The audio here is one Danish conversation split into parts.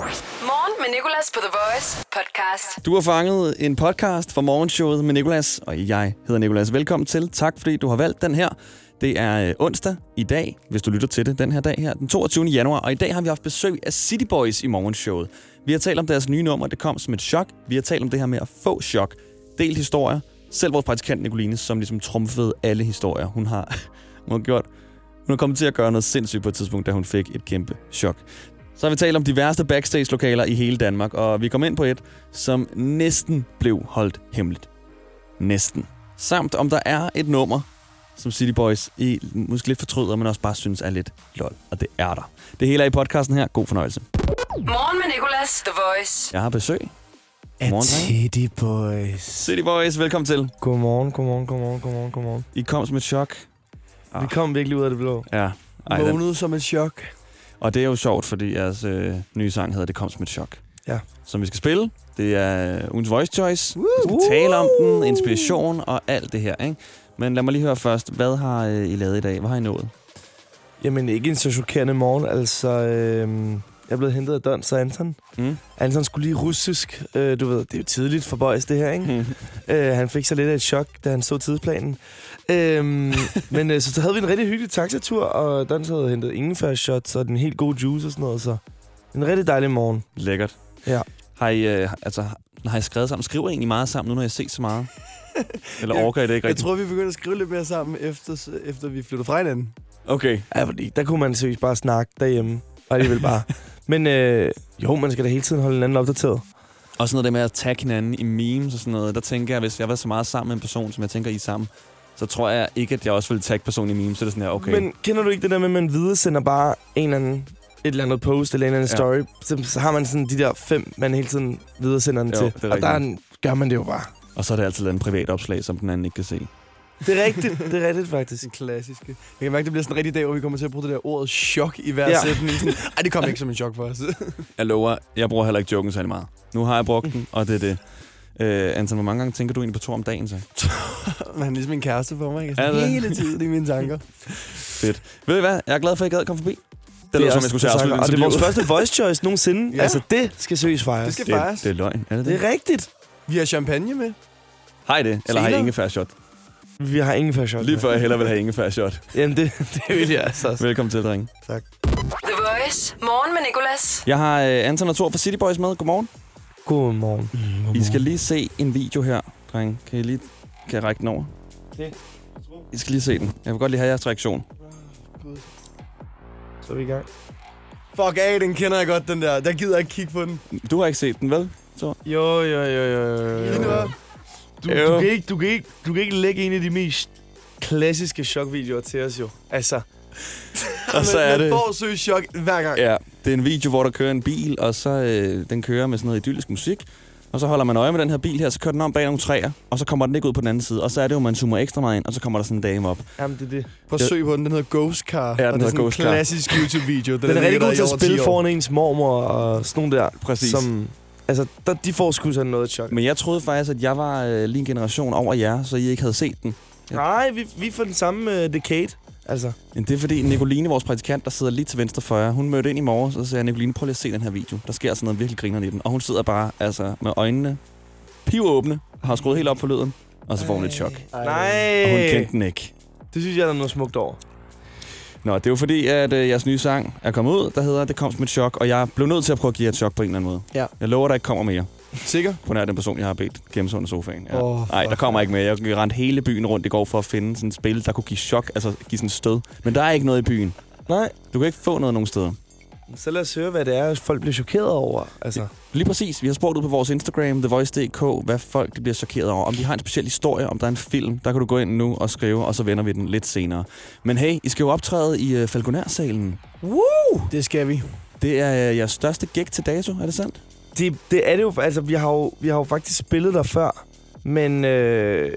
Morgen med Nicolas på The Voice podcast. Du har fanget en podcast fra morgenshowet med Nikolas, og jeg hedder Nikolas. Velkommen til. Tak fordi du har valgt den her. Det er øh, onsdag i dag, hvis du lytter til det, den her dag her, den 22. januar. Og i dag har vi haft besøg af City Boys i morgenshowet. Vi har talt om deres nye nummer, det kom som et chok. Vi har talt om det her med at få chok. Delt historier. Selv vores praktikant Nicoline, som ligesom trumfede alle historier. Hun har, hun har gjort hun er kommet til at gøre noget sindssygt på et tidspunkt, da hun fik et kæmpe chok. Så har vi talt om de værste backstage-lokaler i hele Danmark, og vi kom ind på et, som næsten blev holdt hemmeligt. Næsten. Samt om der er et nummer, som City Boys i, måske lidt fortryder, men også bare synes er lidt lol. Og det er der. Det hele er i podcasten her. God fornøjelse. Morgen med Nicolas, The Voice. Jeg har besøg. af Godmorgen, Teddy Boys. City Boys, velkommen til. Godmorgen, godmorgen, godmorgen, godmorgen, godmorgen. I kom som et chok. Ah. Ah. Vi kom virkelig ud af det blå. Ja. Ej, den, Vågnede som et chok. og det er jo sjovt, fordi jeres øh, nye sang hedder Det kom som et chok. Ja. Som vi skal spille. Det er øh, ugens voice choice. Vi Uh! skal tale om den, inspiration og alt det her. Ikke? Men lad mig lige høre først, hvad har øh, I lavet i dag? Hvad har I nået? Jamen, ikke en så chokerende morgen. Altså, øhm, jeg er blevet hentet af Dons og Anton. Mm. Anton skulle lige russisk. Øh, du ved, det er jo tidligt for boys, det her, Mm? ikke? Øh, han fik så lidt af et chok, da han så tidsplanen. Øhm, men øh, så, så havde vi en rigtig hyggelig taxatur, og Dons havde hentet ingefær-shots og den helt gode juice og sådan noget. Så en rigtig dejlig morgen. Lækkert. Ja. Har I, øh, altså, har- har I skrevet sammen? Skriver I egentlig meget sammen, nu når jeg set så meget? Eller Jeg- orker I det ikke Jeg rigtigt? tror, vi begyndte at skrive lidt mere sammen, efter, efter vi flyttede fra hinanden. Okay. Ja, fordi der kunne man seriøst bare snakke derhjemme. Og alligevel bare. Men øh, jo, man skal da hele tiden holde hinanden opdateret. Og sådan noget der med at tagge hinanden i memes og sådan noget. Der tænker jeg, hvis jeg var så meget sammen med en person, som jeg tænker, I er sammen, så tror jeg ikke, at jeg også ville tagge personen i memes. Så er det sådan her, okay. Men kender du ikke det der med, at man videresender bare en eller anden, et eller andet post eller en eller anden Ja. ja. story? Så, så, har man sådan de der fem, man hele tiden videresender den Jo, det til. er Og der er rigtigt. en, gør man det jo bare. Og så er det altid lavet en privat opslag, som den anden ikke kan se. Det er rigtigt, det er rigtigt faktisk. Den klassiske. Jeg kan mærke, det bliver sådan en rigtig dag, hvor vi kommer til at bruge det der ordet chok i hver ja. Ja. sætning. Sådan, Ej, Altså, det kom ikke som en chok for os. Jeg lover, jeg bruger heller ikke joken særlig meget. Nu har jeg brugt den, og det er det. Øh, Anton, hvor mange gange tænker du egentlig på Thor om dagen så? Men han er ligesom en kæreste for mig. Jeg er Er sådan, det? hele tiden i mine tanker. Ved I hvad? Jeg er glad for, at I gad at komme forbi. Det, lyder er som, også- jeg skulle til at tak. afslutte Og det er vores interviewet. første voice choice nogensinde. Ja. Ja. Altså, det skal seriøst fejres. Det skal det, fejres. det er løgn. Er det Det det? er rigtigt. Vi har champagne med. Har I det? Eller har I Senere. ingefær-shot? Vi har ingen fashion. Lige før jeg hellere vil have ingefær-shot. Jamen, det, det vil jeg altså også. Velkommen til, drenge. The Voice. Morgen med Nicolas. Jeg har øh, Anton og Thor fra City Boys med. Godmorgen. Godmorgen. I skal lige se en video her, drenge. Kan I lige kan jeg række den over? Det. I skal lige se den. Jeg vil godt lige have jeres reaktion. Så er vi i gang. Fuck af, den kender jeg godt, den der. Der gider jeg ikke kigge på den. Du har ikke set den, vel? Jo, jo, jo, jo, jo. Lige nu op. Du, Jo. du, kan ikke, du, kan ikke, du kan ikke lægge en af de mest klassiske chokvideoer til os jo. Altså, Og så er man, det... Man får søge chok hver gang. Ja, det er en video, hvor der kører en bil, og så øh, den kører med sådan noget idyllisk musik. Og så holder man øje med den her bil her, så kører den om bag nogle træer, og så kommer den ikke ud på den anden side. Og så er det jo, man zoomer ekstra meget ind, og så kommer der sådan en dame op. jamen det er det. Prøv at søge på den. Den hedder Ghost Car. den og det hedder er sådan en Ghost Car. klassisk YouTube-video. Den, den er rigtig ligger god der til i at over 10 spille år. foran ens mormor og sådan nogle der. Præcis. Som, altså, der, de får sgu sådan noget chok. Men jeg troede faktisk, at jeg var øh, lige en generation over jer, så I ikke havde set den. Ja. Nej, vi, vi får den samme uh, decade. Altså, Men det er fordi Nicoline, vores praktikant, der sidder lige til venstre for jer, hun mødte ind i morges, og så sagde jeg, Nicoline, prøv lige at se den her video. Der sker altså noget virkelig grinerende i den. Og hun sidder bare altså, med øjnene pivåbne, og har skruet helt op for lyden, og så får hun et chok. Ej. nej. Og hun kendte den ikke. Det synes jeg, der er noget smukt over. Nå, det er jo fordi, at øh, jeres nye sang er kommet ud, der hedder Det kom som et chok, og jeg blev nødt til at prøve at give jer et chok på en eller anden måde. Ja. Jeg lover, der ikke kommer mere. Sikker? På nær den person, jeg har bedt gemme sig under sofaen. Ja. Åh, Nej, fuck. der kommer ikke mere. Jeg rendte hele byen rundt i går for at finde sådan et spil, der kunne give chok, altså give sådan et stød. Men der er ikke noget i byen. Nej. Du kan ikke få noget nogen steder. Så lad os høre, hvad det er, folk bliver chokeret over. Altså. Lige præcis. Vi har spurgt ud på vores Instagram, thevoice.dk, hvad folk de bliver chokeret over. Om de har en speciel historie, om der er en film. Der kan du gå ind nu og skrive, og så vender vi den lidt senere. Men hey, I skal jo optræde i øh, Falconer-salen. Det skal vi. Det er øh, jeres største gig til dato, er det sandt? Det, det er det jo. Altså, vi har jo, vi har jo faktisk spillet der før, men øh,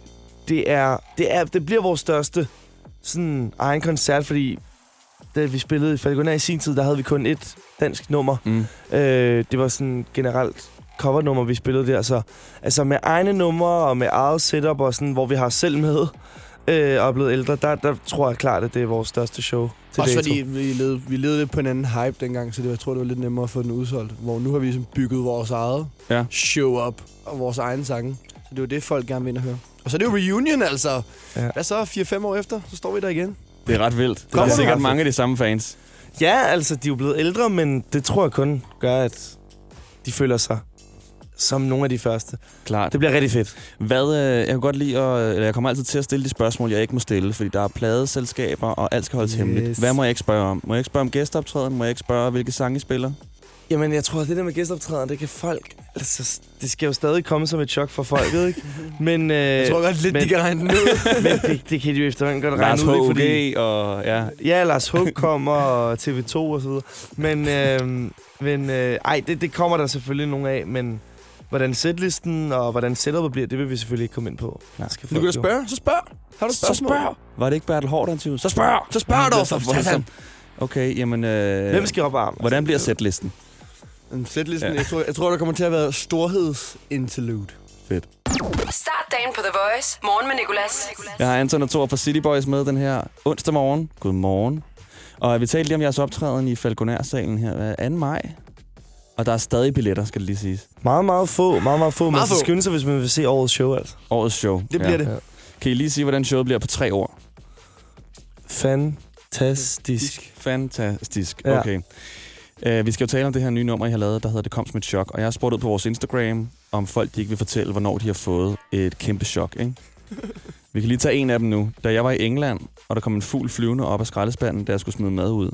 det, er, det, er, det bliver vores største sådan, egen koncert, fordi da vi spillede i Falconer i sin tid, der havde vi kun et dansk nummer. Mm. Øh, det var sådan generelt covernummer, vi spillede der. Så, altså med egne numre og med eget setup, og sådan, hvor vi har os selv med. øh, og er blevet ældre, der, der tror jeg klart, at det er vores største show til Også dato. fordi vi levede, vi levede lidt på en anden hype dengang, så det, var- jeg tror, det var lidt nemmere at få den udsolgt. Hvor nu har vi ligesom bygget vores eget Ja. show op og vores egen sange. Så det er jo det, folk gerne vil ind og høre. Og så er det jo reunion, altså. Ja. Ja. Hvad så? 4-5 år efter, så står vi der igen. Det er ret vildt. Der er Kommer sikkert der? mange af de samme fans. Ja, altså, de er jo blevet ældre, men det tror jeg kun gør, at de føler sig som nogle af de første. Klart. Det bliver rigtig fedt. Hvad, øh, jeg kan godt lide at, eller jeg kommer altid til at stille de spørgsmål, jeg ikke må stille, fordi der er pladeselskaber, og alt skal holdes yes. Yes. hemmeligt. Hvad må jeg ikke spørge om? Må jeg ikke spørge om gæsteoptræden? Må jeg ikke spørge, hvilke sange I spiller? Jamen, jeg tror, at det der med gæstoptræder, det kan folk... Altså, det skal jo stadig komme som et chok for folket, ikke? Men, øh, Jeg tror godt lidt, men- men... de kan regne den ud. men det, det kan de jo efterhånden godt Lars regne ud, ikke? Fordi, H.O.G. og... Ja. ja, Lars Hug kommer, og TV2 og så videre. Men, øh, men øh, ej, det, det kommer der selvfølgelig nogle af, men hvordan sætlisten og hvordan setupet bliver, det vil vi selvfølgelig ikke komme ind på. Det skal Du kan folk da jo- spørge. Så spørg. Har du et Så spørgsmål? spørg! Var det ikke Bertel Hård, han tvivl? Så spørg! Så spørg dog, Så- for så- så- satan. Okay, jamen... Øh, Hvem skal op af armen? Altså, Hvordan bliver sætlisten? En sætlisten. Ja. Ja. Jeg, tror, jeg tror, der kommer til at være storhedsinterlude. Start dagen på The Voice. Morgen med Nicolas. Jeg har Anton og Thor fra City Boys med den her onsdag morgen. Godmorgen. Og vi talte lige om jeres optræden i Falconer-salen her hvad, 2. maj. Og der er stadig billetter, skal det lige siges. Meget, meget få. Meget, meget få. Man Meget skal få. skynde sig, hvis man vil se årets show, altså. Årets show. Det bliver ja. det. Kan I lige sige, hvordan showet bliver på tre ord? Fantastisk. Fantastisk. Ja. Okay. Uh, vi skal jo tale om det her nye nummer, I har lavet, der hedder Det kom som et chok. Og jeg har spurgt ud på vores Instagram, om folk de ikke vil fortælle, hvornår de har fået et kæmpe chok. Ikke? vi kan lige tage en af dem nu. Da jeg var i England, og der kom en fugl flyvende op af skraldespanden, da jeg skulle smide mad ud.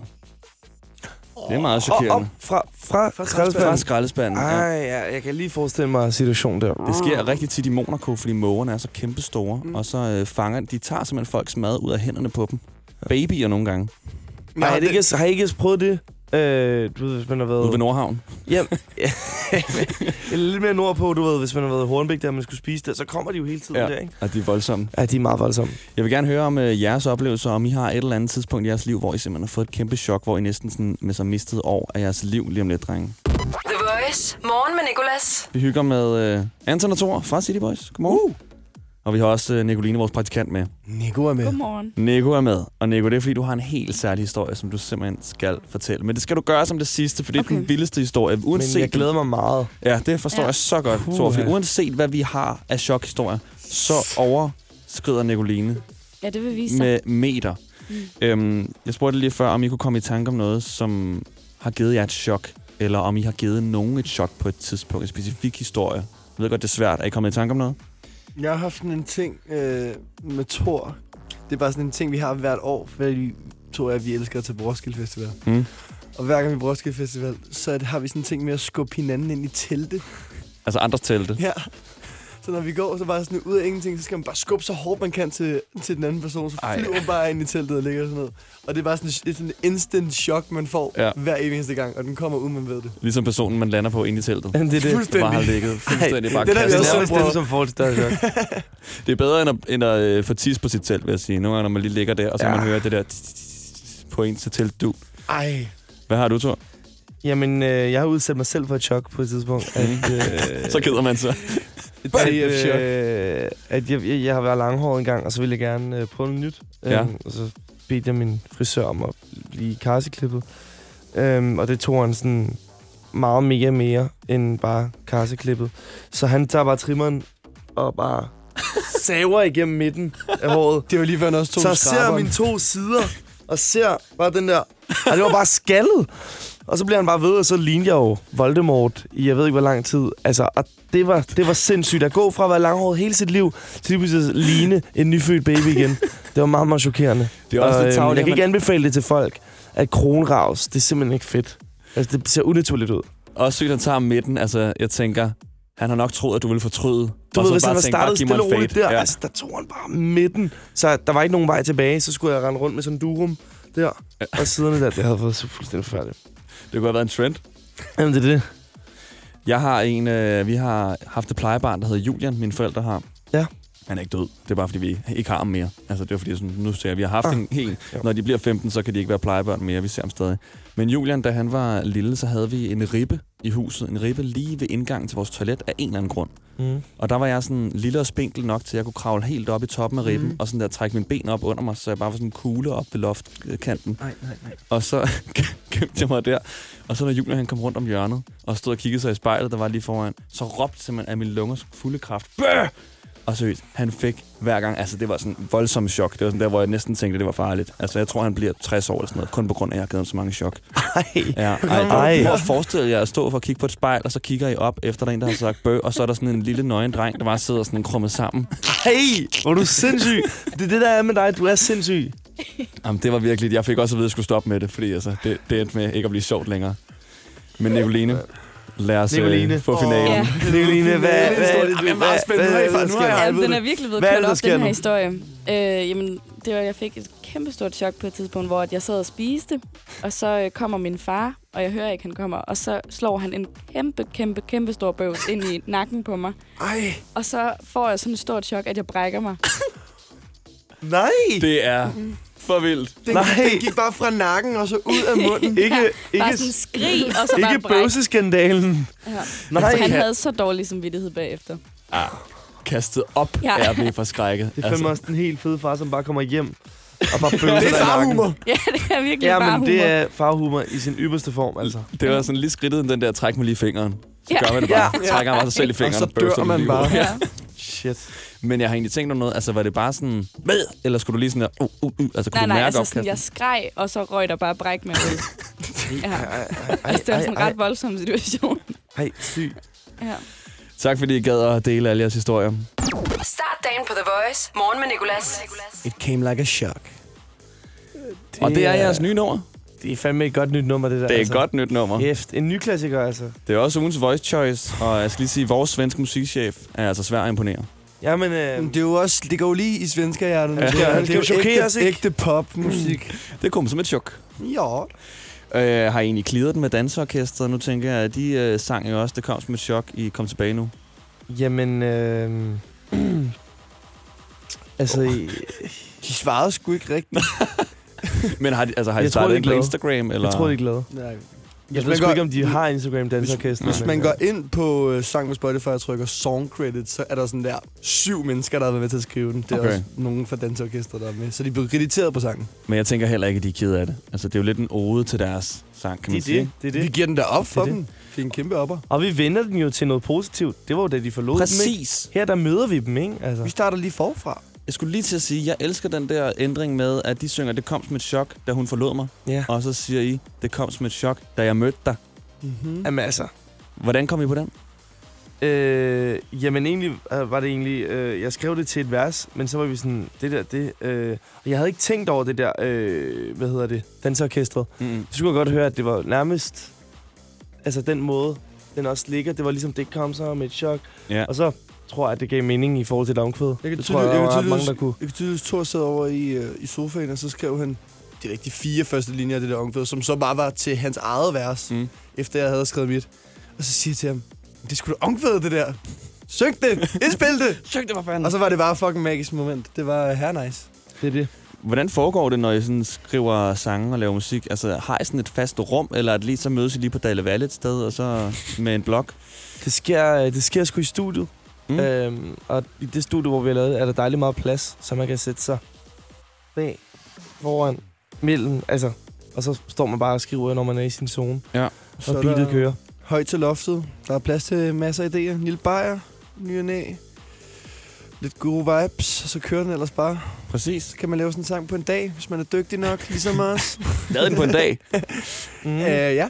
Det er meget Og op chokerende. fra, fra, Fra fra Fra skraldespanden. Ah. skraldespanden. Ja. Ej, ja, jeg kan lige forestille mig situationen der. Det sker rigtig tit i Monaco, fordi mågerne er så kæmpe store, mm. Mm. og så øh, fanger de tager simpelthen folks mad ud af hænderne på dem. Babyer nogle gange. Nej, har, I ikke, har I ikke prøvet det? Øh, du ved, hvis man har været... Ude ved Nordhavn. Hjem. Eller lidt mere nordpå, du ved, hvis man har været i Hornbæk, der man skulle spise der, så kommer de jo hele tiden Ja. der, ikke? Og de er voldsomme. Ja, de er meget voldsomme. Jeg vil gerne høre om øh, jeres oplevelser, om I har et eller andet tidspunkt i jeres liv, hvor I simpelthen har fået et kæmpe chok, hvor I næsten sådan, med så mistet år af jeres liv lige om lidt, drenge. The Voice. Morgen med Nicolas. Vi hygger med øh, Anton og Thor fra City Boys. Godmorgen. Uh. Og vi har også øh, Nicoline, vores praktikant, med. Nico er med. Godmorgen. Nico er med. Og Nico, det er fordi, du har en helt særlig historie, som du simpelthen skal fortælle. Men det skal du gøre som det sidste, for det er okay. Okay. den vildeste historie. Uanset, Men jeg glæder mig meget. Ja, det forstår ja. Ja. jeg så godt, Puha. Thor. Fordi uanset hvad vi har af chokhistorier, så overskrider Nicoline Ja, det vil vise sig. med meter. Mm. Øhm, jeg spurgte lige før, om I kunne komme i tanke om noget, som har givet jer et chok, eller om I har givet nogen et chok på et tidspunkt, en specifik historie. Jeg ved godt, det er svært. Er I kommet i tanke om noget? Jeg har haft sådan en ting øh, med Thor. Det er bare sådan en ting, vi har hvert år, fordi Thor og jeg, vi elsker at tage på Roskilde Festival. Hmm? Mm. Og hver gang vi er på Roskilde Festival, så er det, har vi sådan en ting med at skubbe hinanden ind i telte. Altså andres telte. Ja. Så når vi går, så bare sådan ud af ingenting, så skal man bare skubbe så hårdt man kan til, til den anden person, så Ej. flyver man bare ind i teltet og ligger sådan noget. Og det er bare sådan et, sådan et instant chok, man får Ja. ja. hver eneste gang, og den kommer uden man ved det. Ligesom personen, man lander på inde i teltet. Jamen, det er det. Bare har ligget fuldstændig bare det er der, vi kastet. også nærmest bror. dem, som får det større chok. Det er bedre end at, end at øh, få tis på sit telt, vil jeg sige. Nogle gange, når man lige ligger der, og så Ja. man hører det der tis- tis- på ens telt du. Ej. Hvad har du, Thor? Jamen, øh, jeg har udsat mig selv for et chok på et tidspunkt. At, øh, Så keder man sig. at, DF-chok. øh, at jeg, jeg, jeg har været langhåret en gang, og så ville jeg gerne øh, prøve noget nyt. Ja. Øhm, og så bedte jeg min frisør om at blive karseklippet. Øhm, og det tog han sådan meget mere mere end bare karseklippet. Så han tager bare trimmeren og bare saver igennem midten af håret. Det var lige før, han også tog Så ser jeg skraberen. mine to sider og ser bare den der... Og det var bare skaldet. Og så bliver han bare ved, og så lignede jeg jo Voldemort i jeg ved ikke hvor lang tid. Altså, og det var, det var sindssygt at gå fra at være langhåret hele sit liv, til lige pludselig at ligne en nyfødt baby igen. Det var meget, meget chokerende. Det er også og, lidt øhm, tarveligt, Jeg kan at ikke anbefale det til folk, at kronravs, det er simpelthen ikke fedt. Altså, det ser unaturligt ud. Også sygt, han tager midten. Altså, jeg tænker, han har nok troet, at du ville fortryde. Du Og ved, så hvis bare han har tænkt, bare startet giv mig stille og en roligt fade. der, ja. Ja. altså, der tog han bare midten. Så der var ikke nogen vej tilbage, så skulle jeg rende rundt med sådan en durum der, Ja. ja. og siderne der. Det havde været så fuldstændig færdigt. Det kunne have været en trend. Jamen, det er det. Jeg har en, øh, vi har haft et plejebarn, der hedder Julian, mine forældre har. Ja. Han er ikke død. Det er bare, fordi vi ikke har ham mere. Altså, det er fordi, sådan, nu ser jeg, vi har haft Ah, ah, en hel... ja. Når de bliver 15, så kan de ikke være plejebørn mere. Vi ser ham stadig. Men Julian, da han var lille, så havde vi en ribbe i huset. En ribbe lige ved indgangen til vores toilet af en eller anden grund. Mm. Og der var jeg sådan lille og spinkel nok, til at jeg kunne kravle helt op i toppen af ribben, mm. Mhm. og sådan der trække mine ben op under mig, så jeg bare var sådan en kugle op ved loftkanten. Nej, nej, nej. Og så gemte jeg mig der. Og så når Julian han kom rundt om hjørnet, og stod og kiggede sig i spejlet, der var lige foran, så råbte simpelthen af mine lungers fulde kraft, Bøh! Og seriøst, han fik hver gang, altså det var sådan en voldsom chok. Det var sådan der, hvor jeg næsten tænkte, at det var farligt. Altså jeg tror, han bliver 60 år eller sådan noget, kun på grund af, at jeg har givet ham så mange chok. Ej. Ja, Ej. ej, hvor forestiller jeg at stå for at kigge på et spejl, og så kigger I op efter der er en, der har sagt bøh, og så er der sådan en lille nøgen dreng, der bare sidder sådan krummet sammen. Ej, hvor er du sindssyg. Det er det, der er med dig. Du er sindssyg. Jamen, det var virkelig, jeg fik også at vide, at jeg skulle stoppe med det, fordi altså, det, det endte med ikke at blive sjovt længere. Men Nicoline, lad os Nicoline. Nicoline. få finalen. Ja. Nicoline, hvad, Det hvad, er en hvad, stor- det er meget spændende. Nu har I hvad- fået- nu har hvad- jeg- Ja, helvede. den er virkelig blevet Hvad er kørt det, der op, sker den her nu? historie. Øh, jamen, det var, jeg fik et kæmpestort chok på et tidspunkt, hvor at jeg sad og spiste, og så øh, kommer min far, og jeg hører ikke, han kommer, og så slår han en kæmpe, kæmpe, kæmpe stor bøvs ind i nakken på mig. Ej, Og så får jeg sådan et stort chok, at jeg brækker mig. Nej, Det er for vildt. den, Nej. den gik bare fra nakken og så ud af munden. ikke, Bare ikke, sådan en skrig, og så bare ikke en bræk. bøvseskandalen. Ja. Nej. Han havde så dårlig samvittighed bagefter. Ah, kastet op ja. Ja. er jeg blevet forskrækket. Det er fandme også den helt fede far, som bare kommer hjem og bare bøvser Det dig er i nakken. farhumor. Ja, det er virkelig Ja, bare men humor. det er farhumor i sin ypperste form, altså. det var sådan lige skridtet den der, træk mig lige fingeren. Så Ja. gør man det bare. Ja. Trækker man bare sig selv i Og fingeren. så dør bøvser den man lige bare. ud. Ja. Shit. Men jeg har egentlig tænkt om noget. Altså, var det bare sådan, hvad? Eller skulle du lige sådan der, uh, uh, uh, altså, kunne Nej, du nej, mærke altså sådan, opkastet? jeg skreg, og så røg der bare bræk med ud. Ja. Altså, det var sådan en ret voldsom situation. Ej, syg. Ja. Tak fordi I gad at dele alle jeres historier. Start dagen på The Voice. Morgen med Nicolas. It came like a shock. Det Og det er jeres nye nummer. Det er fandme et godt nyt nummer, det der. Det er et altså. godt nyt nummer. Hæft. En ny klassiker, altså. Det er også ugens voice choice, og jeg skal lige sige, at vores svenske musikchef er altså svær at imponere. Jamen, øh, Jamen, det, er jo også, det går jo lige i svenskerhjertet. Ja, Ja, det, han er, det skal er jo jo chokere os, ægte, ikke? ægte popmusik. Det kom som et chok. Ja. Øh, har I egentlig clearet den med danseorkestret? Nu tænker jeg, at de øh, sang jo også, det kom som et chok, I kom tilbage nu. jamen, øh, altså, jeg, De svarede sgu ikke rigtigt. Men har, de, altså, har I Jeg tror, de startet er ind på glade. Instagram? Eller? jeg tror, de er glade. Nej. Jeg man ved sgu går- ikke, om de har Instagram dansorkester. hvis Hvis man går ind på øh, sang på Spotify og trykker song credit, så er der sådan der syv mennesker, der har været med til at skrive den. Det er Okay. okay. også nogen fra dansorkestret, der er med. Så de blev krediteret på sangen. Men jeg tænker heller ikke, at de er ked af det. Altså, det er jo lidt en ode til deres sang, kan Det man er sige. det. Det er Det. Vi det. giver den der op for Det er dem. Det er en kæmpe opper. Og vi vender den jo til noget positivt. Det var jo da de forlod dem, ikke? Præcis. Her der møder vi dem, ikke? Altså. Vi starter lige forfra. Jeg skulle lige til at sige, jeg elsker den der ændring med, at de synger, det kom som et chok, da hun forlod mig. Ja. Og så siger I, det kom som et chok, da jeg mødte dig. Mm-hmm. Jamen altså. Hvordan kom I på den? Øh, jamen egentlig øh, var det egentlig, øh, jeg skrev det til et vers, men så var vi sådan, det der, det, øh, og jeg havde ikke tænkt over det der, øh, hvad hedder det, dansorkestret. Mm-hmm. Så skulle jeg godt høre, at det var nærmest, altså den måde, den også ligger, det var ligesom, det kom så med et chok. Ja. Og så tror jeg, at det gav mening i forhold til domkvædet. Jeg kan Det tror jeg, tydeligt- jeg der kan var ret tydeligt mange, huske- der kunne. Jeg kan tydeligt huske, Thor sad over i, øh, i sofaen, og så skrev han de rigtige fire første linjer af det der omkvæd, som så bare var til hans eget vers, Mm. mm. efter jeg havde skrevet mit. Og så siger jeg til ham, det skulle da omkvæde, det der. Søg det! Indspil det! Chok, det var fanden. og så var det bare fucking magisk moment. Det var øh, her nice. Det er det. Hvordan foregår det, når I sådan skriver sange og laver musik? Altså, har I sådan et fast rum, eller er det lige så mødes I lige på Dalle Valle et sted, og så med en blok? Det sker, øh, det sker sgu i studiet. Mm. Mm. Øhm, og i det studie, hvor vi har lavet det, er der dejligt meget plads, så man kan sætte sig bag, foran, mellem, altså. Og så står man bare og skriver, når man er i sin zone, Så og er beatet der kører. Højt til loftet. Der er plads til masser af idéer. Lille bajer, ny og næ. Lidt gode vibes, og så kører den ellers bare. Præcis. Så kan man lave sådan en sang på en dag, hvis man er dygtig nok, ligesom os. Lad den på en dag. Mm. Øh, ja.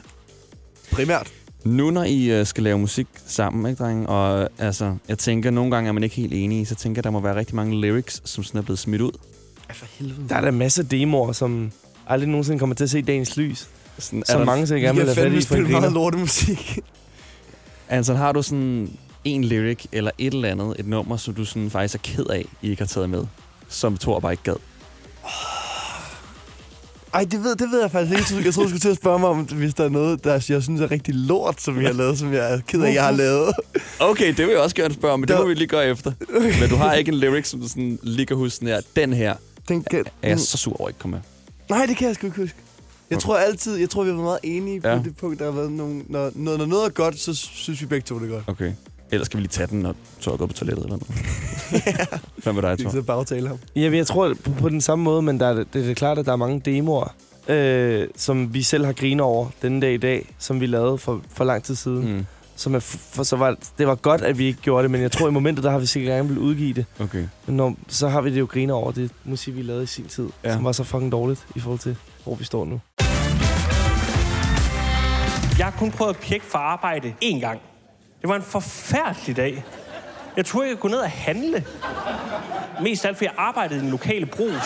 Primært. Nu, når I øh, skal lave musik sammen, ikke, drenge? Og øh, altså, jeg tænker, nogle gange er man ikke helt enige, så tænker jeg, der må være rigtig mange lyrics, som sådan er blevet smidt ud. Ja, for helvede. Der er der masser af demoer, som aldrig nogensinde kommer til at se dagens lys. Sådan, er Så der- mange, som Vi gerne vil kan have fat fandme i for en spille meget griner. lortemusik. Altså, har du sådan en lyric, eller et eller andet, et nummer, som du sådan faktisk er ked af, I ikke har taget med? Som Thor bare ikke gad. Ej, det ved, det ved jeg faktisk ikke. Jeg troede- Jeg troede, du skulle til at spørge mig, om hvis der er noget, der jeg synes er rigtig lort, som jeg har lavet, som jeg er ked af, jeg har lavet. Okay, det vil jeg også gerne spørge om, men det Der- må vi lige gøre efter. Men du har ikke en lyric, som du sådan lige kan huske sådan her. Den her Den kan, er jeg så sur over ikke at komme med. Nej, det kan jeg sgu ikke huske. Jeg tror altid, jeg tror, vi har været meget enige på Ja. det punkt, der har været nogle, når, når, når noget er godt, så synes vi begge to, det er godt. Okay. Ellers skal vi lige tage den, når Thor er gået på toilettet eller noget. Hvad med dig, Vi kan Thor? sidde og bagtale ham. Jamen, jeg tror på, på den samme måde, men der er, det, det er klart, at der er mange demoer, øh, som vi selv har grinet over denne dag i dag, som vi lavede for, for lang tid siden. Mm. Mm. Som er, f- for, så var, det var godt, at vi ikke gjorde det, men jeg tror i momentet, der har vi sikkert gerne vil udgive det. Okay. Men når, så har vi det jo griner over det musik, vi lavede i sin tid, Ja. ja. som var så fucking dårligt i forhold til, hvor vi står nu. Jeg har kun prøvet at pjekke for arbejde én gang. Det var en forfærdelig dag. Jeg troede, jeg kunne gå ned og handle. Mest af alt, fordi jeg arbejdede i den lokale brus.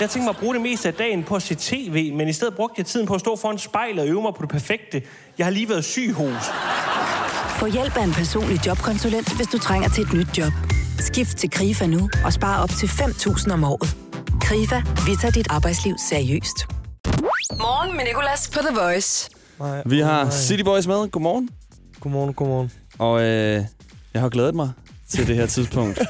Jeg tænkte mig at bruge det meste af dagen på at se tv, men i stedet brugte jeg tiden på at stå foran spejlet og øve mig på det perfekte. Jeg har lige været syg hos. Få hjælp af en personlig jobkonsulent, hvis du trænger til et nyt job. Skift til KRIFA nu og spar op til 5.000 om året. KRIFA, vi tager dit arbejdsliv seriøst. Morgen med Nicolas på The Voice. Nej, Vi har City Boys med. Godmorgen. Godmorgen, godmorgen. Og øh, jeg har glædet mig til det her tidspunkt. Det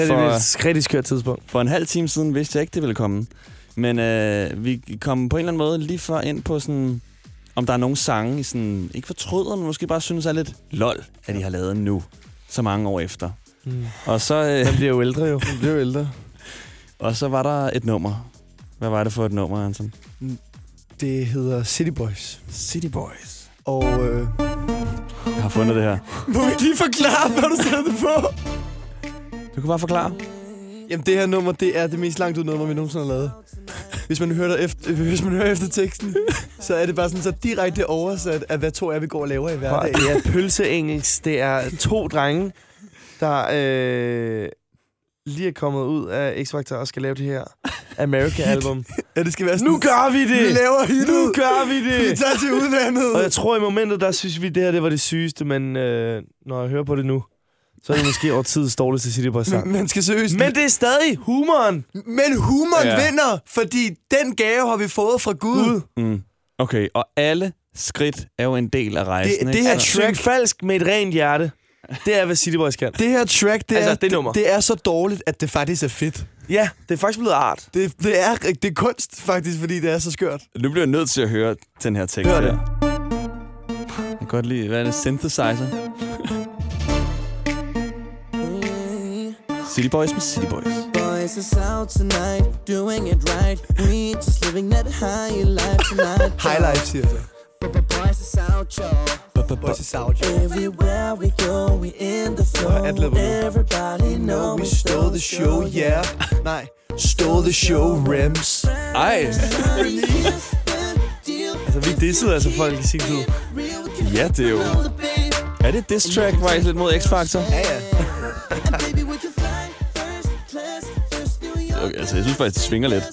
her det For- er et rigtig skørt tidspunkt. For en halv time siden vidste jeg ikke, det ville komme. Men øh, vi kom på en eller anden måde lige før ind på sådan... Om der er nogle sange, I sådan, ikke fortryder, men måske bare synes er lidt lol, at I har lavet nu, så mange år efter. Mm. Og så, øh, Man bliver jo ældre jo. Vi blev ældre. og så var der et nummer. Hvad var det for et nummer, Anton? Det hedder City Boys. City Boys. Og øh, Jeg har fundet det her. må vi lige forklare, hvad du sætter det på? Du kan bare forklare. Jamen, det her nummer, det er det mest langt ud nummer, vi nogensinde har lavet. Hvis man, hører der efter, øh, hvis man hører efter teksten, så er det bare sådan så direkte oversat af, hvad to er, vi går og laver i hverdagen. Det er pølseengelsk. Det er to drenge, der øh, lige er kommet ud af X-Factor og skal lave det her America-album. Ja, det skal være sådan, Nu gør vi vi det! laver hittet. Nu gør vi Vi det! tager til udlandet. Og jeg tror i momentet, der synes vi, det her det var det sygeste, men øh, når jeg hører på det nu, så er det måske over tid dårligste City Boys sang. Men man skal seriøst... Men det er stadig humoren! Men humoren Ja. ja. vinder, fordi den gave har vi fået fra Gud. Gud. Mm. Okay, og alle skridt er jo en del af rejsen. Det- ikke? Altså, det her Så- Track falsk med et rent hjerte. Det er, hvad City Boys kan. Det her track, det, Altså, er, det nummer. det, det er så dårligt, at det faktisk er fedt. Ja, det er faktisk blevet art. Det, det, er, det er kunst, faktisk, fordi det er så skørt. Nu bliver jeg nødt til at høre den her tekst Hør det. her. Jeg kan godt lide, hvad er det? Synthesizer? City Boys med City Boys. Boys is out tonight, doing it right. We just living that high life tonight. Highlight, siger jeg så. Boys is out, y'all. Boys is out, yeah. Everywhere we go, we in the flow. at level. Everybody know We stole the show, yeah. Nej. Stole the show, Rems. Ej, Altså, vi dissede altså folk i sin tid. ja, det er jo... Er det diss track faktisk lidt mod X-Factor? Ja, ja. Okay, altså, jeg synes faktisk, det svinger lidt.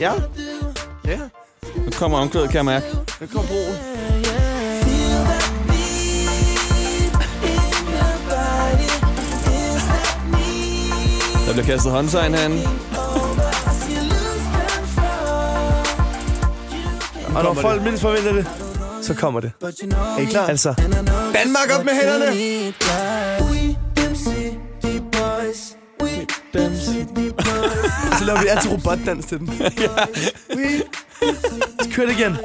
Ja. Ja, Nu kommer omkvædet, kan jeg mærke. nu kommer broen. Der bliver kastet håndtegn herinde. Og når folk mindst forventer det, så kommer det. Er I klar? Altså, Danmark op med hænderne! Så laver vi altid robotdans til den. kør det igen.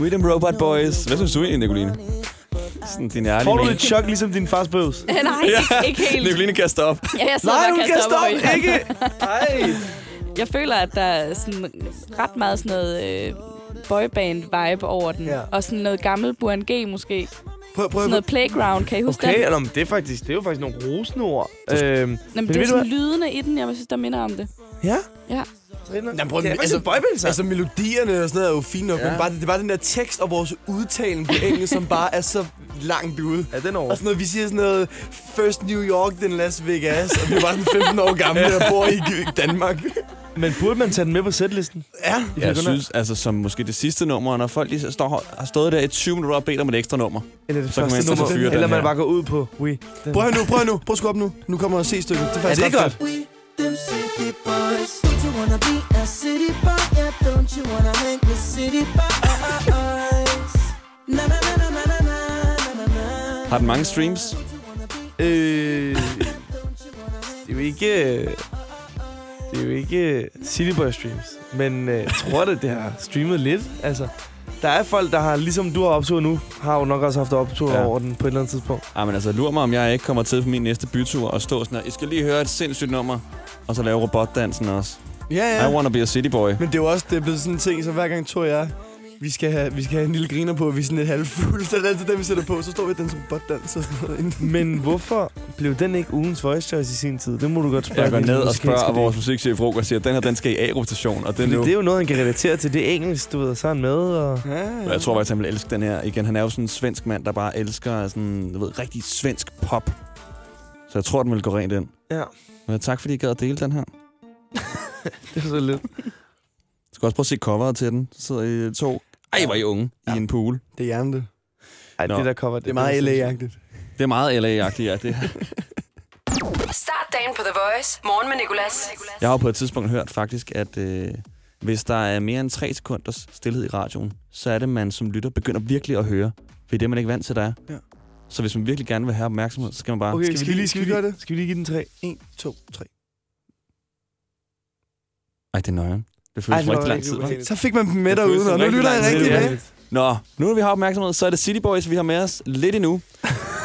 We them robot boys. Hvad synes du egentlig, Nicoline? Sådan din ærlige Får du mening. lidt chok, ligesom din fars bøvs? Nej, ikke, ikke helt. Nicoline kaster op. Ja, jeg sidder Nej, bare hun og kan kaster op stoppe, over i- ikke! Ej. Jeg føler, at der er sådan ret meget sådan noget øh, boyband-vibe over den. Ja. Ja. Og sådan noget gammel Burhan G måske. Prøv, prøv, Sådan prøv. noget playground, kan I huske Okay, den? nå, men det er faktisk, det er jo faktisk nogle rosende ord. Øhm, Jamen, men det ved er du sådan lydene i den, jeg synes, der minder om det. ja? Ja. Jamen, prøv, Det er faktisk en boyband, Altså, melodierne og sådan noget er jo fint nok, ja. men bare, det er bare den der tekst og vores udtalen på engelsk, som bare er så langt ude. Ja, den er over. Og sådan noget, vi siger sådan noget, first New York, then Las Vegas, og vi er bare sådan 15 år gamle og bor i Danmark. Men burde man tage den med på sætlisten? Ja. Jeg synes, altså som måske det sidste nummer, når folk lige står, har stået der i 20 minutter og bedt om et ekstra nummer. Eller det Så kan man første enten nummer? fyre den Eller man her. bare går ud på We. Den. Prøv at høre nu, prøv at høre nu. Prøv at skrue op nu. Nu kommer C-stykket. Det Altså- er faktisk Ja, det ret er godt. fedt. We them city boys. Don't you wanna be a a city boy. Yeah, don't you wanna hang with city boys? Na na na na na na na na na. Har den mange streams? Øh, det er jo ikke... øh, Det er jo ikke Cityboy Streams, men øh, jeg tror det, det har streamet lidt. Altså, der er folk, der har, ligesom du har optur nu, har jo nok også haft optur Ja. ja. over den på et eller andet tidspunkt. Ah, men altså, lur mig, om jeg ikke kommer til på min næste bytur og stå sådan her. I skal lige høre et sindssygt nummer, og så lave robotdansen også. Ja, ja. I wanna be a city boy. Men det er jo også det er blevet sådan en ting, så hver gang tror jeg, vi skal, have, vi skal have en lille griner på, og vi er sådan lidt halvfulde. Så det er altid dem, vi sætter på, så står vi den som botdans og sådan noget. inden. Men hvorfor blev den ikke ugens voice choice i sin tid? Det må du godt spørge. Jeg går din ned og musikalske spørger del. vores musikchef Roger og siger, den her, den skal i A-rotation, og den Fordi nu. det er jo noget, han kan relatere til. Det er engelsk, du ved, og så er han med. Og... Ja, Jeg tror faktisk, han vil elske den her. Igen, han er jo sådan en svensk mand, der bare elsker sådan, du ved, rigtig svensk pop. Så jeg tror, den vil gå rent ind. Ja. Men tak, fordi I gad at dele den her. Det er så lidt. Jeg skal også prøve at se coveret til den. Så sidder I to. Ej, hvor er I unge ja. i en pool. Det er hjernen, det. Ej, Nå. det der cover, det, Det er meget LA-agtigt. Det er meget LA-agtigt, ja. Det. Start dagen på The Voice. Morgen med Nicolas. Jeg har jo på et tidspunkt hørt faktisk, at øh, hvis der er mere end 3 sekunders stillhed i radioen, så er det, man som lytter begynder virkelig at høre. For det er man ikke vant til, der er. Ja. Så hvis man virkelig gerne vil have opmærksomhed, så skal man bare... Okay, skal vi lige, skal vi gøre det? Skal vi lige give den tre? 1, 2, 3. Ej, det er nøjeren. Det føles Ej, rigtig lang tid, hva'? Så fik man dem med derude, og nu lytter jeg rigtig tid, med. Nå, nu når vi har opmærksomhed, så er det City Boys, vi har med os lidt endnu.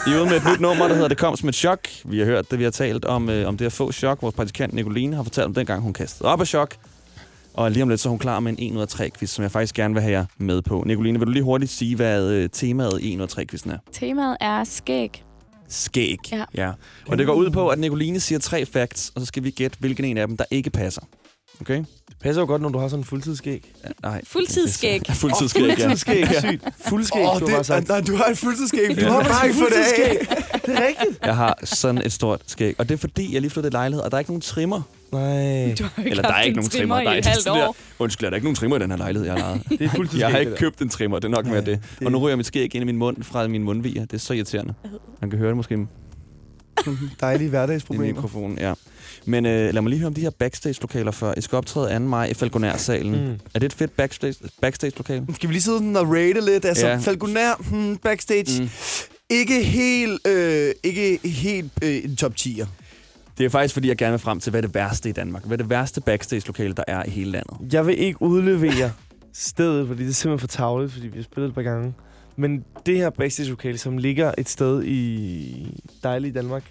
I er ude med et nyt nummer, der hedder Det kom som et chok. Vi har hørt det, vi har talt om, øh, om det at få chok. Vores praktikant Nicoline har fortalt om dengang, hun kastede op af chok. Og lige om lidt, så er hun klar med en 1 ud af 3 quiz, som jeg faktisk gerne vil have jer med på. Nicoline, vil du lige hurtigt sige, hvad øh, temaet i 1 ud af 3 quizzen er? Temaet er skæg. Skæg. Ja. ja. Og det går ud på, at Nicoline siger tre facts, og så skal vi gætte, hvilken en af dem, der ikke passer. Okay? Det passer jo godt, når du har sådan en fuldtidsskæg. Ja, Nej. Fuldtidsskæg. Ja, fuldtidsskæg, ja. Fuldtidsskæg, sygt. Fuldskæg, Åh, oh, du har bare det, sagt. nej, du har et fuldtidsskæg. Du Ja. har bare ikke fået det af. Det er rigtigt. Jeg har sådan et stort skæg. Og det er fordi, jeg lige flyttede i lejlighed, og der er ikke nogen trimmer. Nej. Du har jo ikke Eller der er haft ikke en nogen trimmer. trimmer, Der er i et ikke halvt sådan der- år. Undskyld, er der ikke nogen trimmer i den her lejlighed, jeg har lejet? Det er fuldtidsskæg, jeg har det ikke der. købt en trimmer, det er nok mere det. Og nu ryger mit skæg ind i min mund fra min mundviger. Det er så irriterende. Man kan høre det måske i Dejlige hverdagsproblemer. mikrofonen, ja. Men øh, lad mig lige høre om de her backstage-lokaler før. I skal optræde 2. maj i Falconer-salen. Mm. Mm. Er det et fedt backstage- backstage-lokale? Skal vi lige sidde sådan og rate lidt? Altså, Ja. ja. Falconer, hmm, backstage. Mm. Mm. Ikke helt, øh, ikke helt øh, en top 10'er. Det er faktisk, fordi jeg gerne vil frem til, hvad er det værste i Danmark? Hvad er det værste backstage-lokale, der er i hele landet? Jeg vil ikke udlevere stedet, fordi det er simpelthen for tavlet, fordi vi har spillet et par gange. Men det her backstage-lokale, som ligger et sted i dejlige Danmark,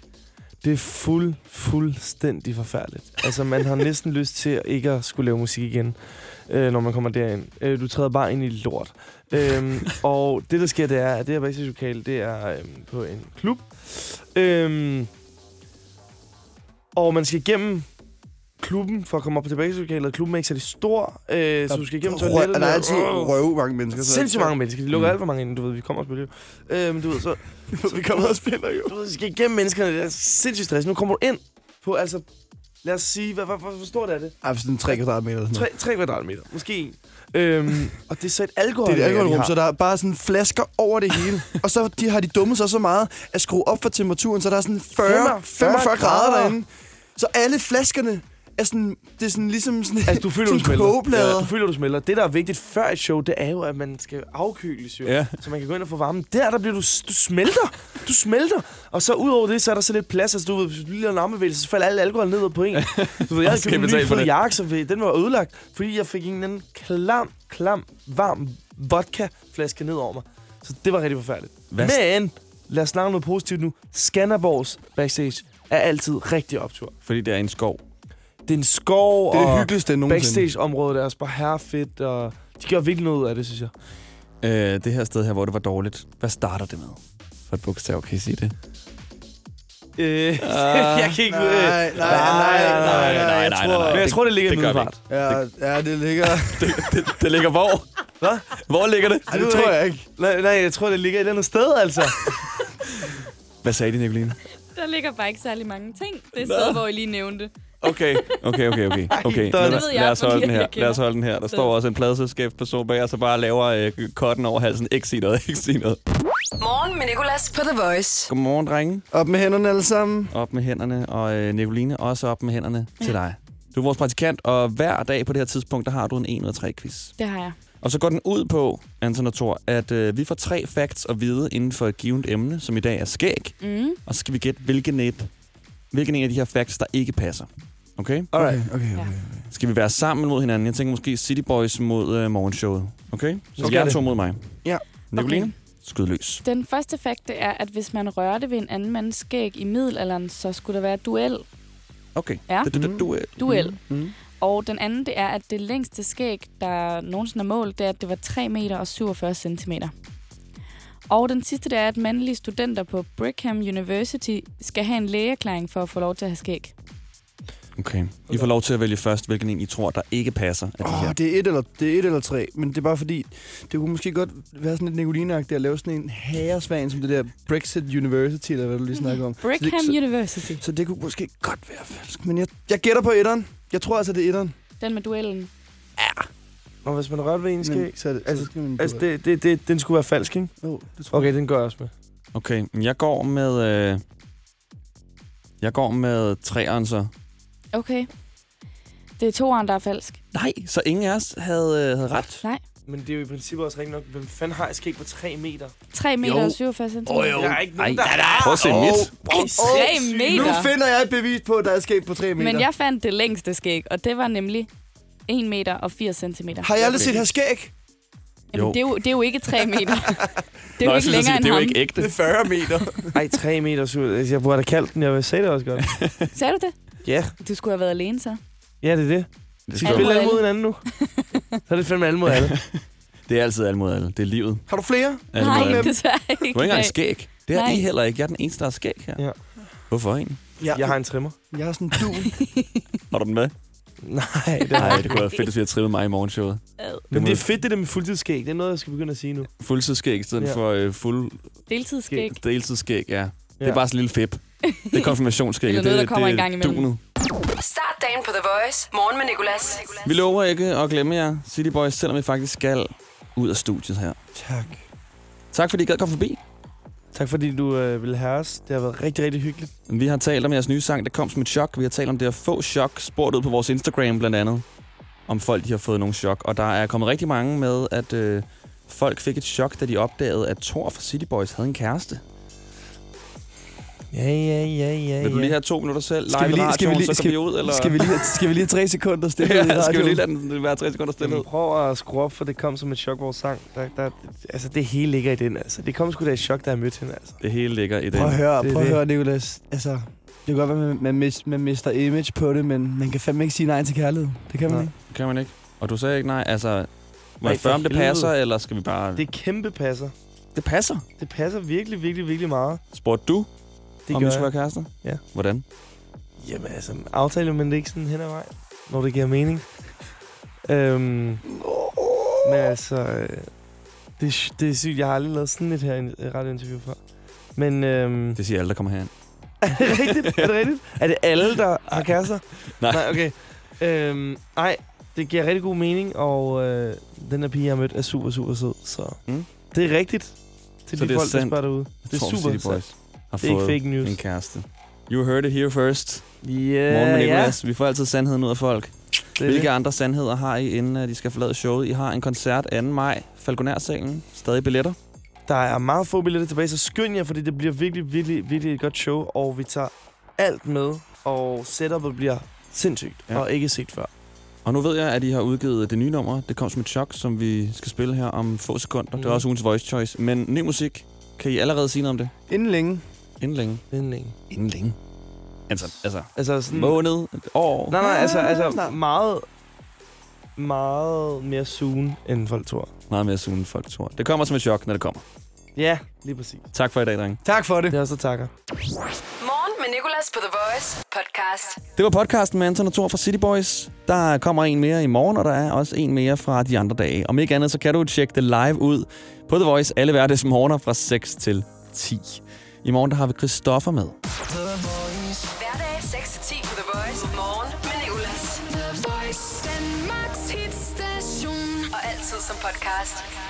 det er fuld, fuldstændig forfærdeligt. Altså, man har næsten lyst til ikke at skulle lave musik igen, øh, når man kommer derind. Øh, du træder bare ind i lort. Øhm, og det, der sker, det er, at det her backstage-lokale, det er øhm, på en klub. Øhm, og man skal igennem klubben for at komme op på tilbagelokalet. Klubben er ikke særlig stor, øh, så du skal igennem toilettet. Der er altid Åh. røve mange mennesker. så- Sindssygt mange mennesker. De lukker Mm. alt for mange ind, du ved. Vi kommer og spiller jo. Øh, men du ved, så... Vi kommer og spiller jo. Du ved, vi skal igennem menneskerne. Det er sindssygt stress. Nu kommer du ind på, altså... Lad os sige, hvad, hvad, hvor, hvor stort er det? Ej, sådan 3 kvadratmeter eller sådan noget. 3, 3 kvadratmeter. Måske en. Øhm, og det er så et alkohol. Det er et alkoholrum, så der er bare sådan flasker over det hele. og så de, har de dummet sig så meget at skrue op for temperaturen, så der er sådan 40, 45 45 grader grader. derinde. Så alle flaskerne er sådan, det er sådan ligesom sådan, Altså, du føler, du sådan smelter. kogeplader. Du føler, du smelter. Det, der er vigtigt før et show, det er jo, at man skal afkøles jo. Ja. Så man kan gå ind og få varmen. Der, der bliver du, du smelter. Du smelter. Og så ud over det, så er der så lidt plads. Altså, du ved, hvis du lige laver en armbevægelse, så falder alle alkohol ned på en. Du ved, jeg havde skal købt en betale ny for fed det. jakke, som ved- den var ødelagt, fordi jeg fik en eller anden klam, klam, varm vodkaflaske ned over mig. Så det var rigtig forfærdeligt. Hvad- Men, lad os snakke om noget positivt nu. Skanderborgs backstage er altid rigtig optur. Fordi det er en skov. Det er en skov, Det er det og hyggeligste nogensinde. backstage-området er også bare herrefedt, og de gør virkelig noget ud af det, synes jeg. Øh, det her sted her, hvor det var dårligt. Hvad starter det med? For et bogstav, kan I sige det? Øh, jeg kan ikke... Nej, nej, nej, nej, nej, nej, jeg nej, tror- nej. Men jeg tror, det ligger i det gør vi middelfart. Ja, ja, det ligger... Det ligger hvor? Hvad? Hvor ligger det? Ej, det tror jeg ikke. Nej, nej, jeg tror, det ligger et eller andet sted, altså. Hvad sagde de, Nicoline? Der ligger bare ikke særlig mange ting. Det er sted, hvor I lige nævnte. Okay, okay, okay, okay. okay. der- Lad, Det ved jeg, lad os fordi holde den jeg her. kender. Lad os holde den her. Der Så- står også en pladeselskabsperson bag os, og bare laver øh, kotten over halsen. Ikke sige noget, ikke sige noget. Morgen med Nicolas på The Voice. Godmorgen, drenge. Op med hænderne alle sammen. Op med hænderne, og øh, Nicoline også op med hænderne til dig. Du er vores praktikant, og hver dag på det her tidspunkt, der har du en 1 ud af 3 quiz. Det har jeg. Og så går den ud på, Anton og Thor, at øh, vi får tre facts at vide inden for et givet emne, som i dag er skæg. Mm. Og så skal vi gætte, hvilken, et, hvilken en af de her facts, der ikke passer. Okay? Alright. Okay, okay, okay. Skal vi være sammen mod hinanden? Jeg tænker måske City Boys mod øh, morgenshowet. Okay? Så Okay, okay, jeg det. to mod mig. Ja. Nicoline, Okay. okay. skyd løs. Den første fakt det er, at hvis man rørte ved en anden mands skæg i middelalderen, så skulle der være et duel. Okay. Ja. Det, det, det, du, Ah. Duel. Mm. Og den anden, det er, at det længste skæg, der nogensinde er målt, det er, at det var 3 meter og 47 centimeter. Og den sidste, det er, at mandlige studenter på Brigham University skal have en lægeerklæring for at få lov til at have skæg. Mm. Okay. I får lov til at vælge først, hvilken en I tror, der ikke passer af de Åh, her. oh, det er et eller det er et eller tre, men det er bare fordi det kunne måske godt være sådan lidt Nicoline-agtigt at lave sådan en hagersvag som det der Brexit University eller hvad du lige snakker om. Brigham så, det, University. så, så det kunne måske godt være falsk, men jeg, jeg gætter på etteren. Jeg tror altså det er etteren. Den med duellen. Og hvis man rørte ved en skæg... Men, så er det, altså- så skal man Altså, det, det, det, den skulle være falsk, ikke? oh, det tror Okay, den gør jeg også med. Okay, men jeg går med... Øh, jeg går med træeren så. Okay. Det er toeren, der er falsk. Nej, så ingen af os havde, øh, havde ret. Men det er jo i princippet også rigtigt nok, hvem fanden har et skæg på 3 meter? 3 meter Jo. og 47 centimeter. Jo. Der er ikke Ej, nogen, der da, da. har. Prøv at se mit. Ej, tre meter. Nu finder jeg et bevis på, at der er sket på tre meter. Men jeg fandt det længste skæg, og det var nemlig 1 meter og 80 centimeter. Har jeg aldrig set her skæg? Jamen, Jo. det, er jo, det er jo ikke 3 meter. Det er jo jeg ikke skulle til længere at sige, end det er jo ham. ikke ægte. er 40 meter. Ej, 3 meter. sur- Altså, Jeg burde have kaldt den. Jeg sagde det også godt. Sagde du det? Ja, Du skulle have været alene så. ja det er det. Det, Skal er vi Alle spille mod alle mod alle. hinanden nu? Så er det fandme alle mod alle. det er altid alt mod alle. Det er livet. Har du flere? Alle Nej, mod alle. det sagde jeg ikke. Du har ikke engang Nej. skæg. Det har Nej. I heller ikke. Jeg er den eneste, der har skæg her. Ja. Hvorfor egentlig? Jeg har en trimmer. jeg har sådan en dul. Har du den med? Nej, det har Nej, jeg det kunne være fedt, hvis vi havde trimmet mig i morgenshowet. Ad. ikke. Men det er fedt, det der med fuldtidsskæg. Det er noget, jeg skal begynde at sige nu. Fuldtidsskæg i stedet Ja. ja. for øh, fuld Deltidsskæg. deltidsskæg, ja. ja. Det Ja. er bare sådan en lille fip. Det er konfirmationsskæg. Eller noget, der kommer det, en gang imellem. dunet. Start dagen på The Voice. Morgen med Nicolas. Vi lover ikke at glemme jer, City Boys, selvom vi faktisk skal ud af studiet her. Tak. Tak fordi I gad komme forbi. Tak fordi du øh, ville have os. Det har været rigtig, rigtig hyggeligt. Vi har talt om jeres nye sang, der kom som et chok. Vi har talt om det at få chok, spurgt ud på vores Instagram blandt andet, om folk de har fået nogle chok. Og der er kommet rigtig mange med, at øh, folk fik et chok, da de opdagede, at Thor fra City Boys havde en kæreste. Ja, ja, ja, ja. Vil du ja. lige have to minutter selv? Live Skal vi lige- i skal vi radioen, lige- så skal- kommer vi ud, eller? Skal vi lige, skal vi lige have tre sekunder stille i ja, skal vi radioen? lige lade den være tre sekunder stille? Jamen, prøv at skrue op, for det kom som et chok, vores sang. Der, der, altså, det hele ligger i den, altså. Det kom sgu da et chok, da jeg mødte hende, altså. Det hele ligger i den. Prøv at høre, Det er prøv at det. høre, Nicolas. Altså, det kan godt være, man, man, mis, man mister image på det, men man kan fandme ikke sige nej til kærlighed. Det kan man Nej. ikke. Kan man ikke? Og du sagde ikke nej, altså... Må Nej, jeg spørge, om for det passer, helvede. eller skal vi bare... Det er kæmpe passer. det passer. Det passer virkelig, virkelig, virkelig meget. Spurgte du, Det om vi skulle være kærester? Ja. Hvordan? Jamen, altså, aftaler man det ikke sådan hen ad vejen, når det giver mening. Øhm, men altså, øh, det, er sy- det er sygt. Jeg har aldrig lavet sådan et her in- øh, radiointerview før. Men øhm, Det siger alle, der kommer herind. er det rigtigt? Er det rigtigt? Er det alle, der har kærester? Nej. Nej, okay. Øhm, nej, det giver rigtig god mening, og øh, den her pige, jeg har mødt, er super, super sød. Så Mm. det er rigtigt til Så de det er folk, der sandt. spørger derude. Det er Thor fra super City Boys har sandt. Det er ikke fået fake news. en kæreste. You heard it here first. Yeah, Morgen med ja, Nicolas. Vi får altid sandheden ud af folk. det er Hvilke andre sandheder har I, inden øh, de skal forlade showet? I har en koncert 2. maj. Falconer-salen. Stadig billetter. Der er meget få billetter tilbage, så skynd jer, fordi det bliver virkelig, virkelig, virkelig et godt show, og vi tager alt med, og setupet bliver sindssygt, ja. Ja. og ikke set før. Og nu ved jeg, at I har udgivet det nye nummer. Det kom som et chok, som vi skal spille her om få sekunder. Mm. Det er Mhm. også ugens voice choice. Men ny musik. Kan I allerede sige noget om det? Inden længe. Inden længe. Inden længe. Inden længe. Altså, altså. Altså sådan... Måned, et år. Nej, nej, altså, altså Snart. meget, meget mere soon end folk tror. Meget mere soon, folk tror. Det kommer som et chok, når det kommer. Ja, lige præcis. Tak for i dag, drenge. Tak for det. Det er også takker. Morgen med Nicolas på The Voice podcast. Det var podcasten med Anton og Thor fra City Boys. Der kommer en mere i morgen, og der er også en mere fra de andre dage. Om ikke andet, så kan du tjekke det live ud på The Voice alle hverdagsmorgener fra 6 til 10. I morgen der har vi Christoffer med. Hverdag 6 til 10 på The Voice. Morgen med Nicolas. The Voice. Danmarks hitstation. Og altid som podcast.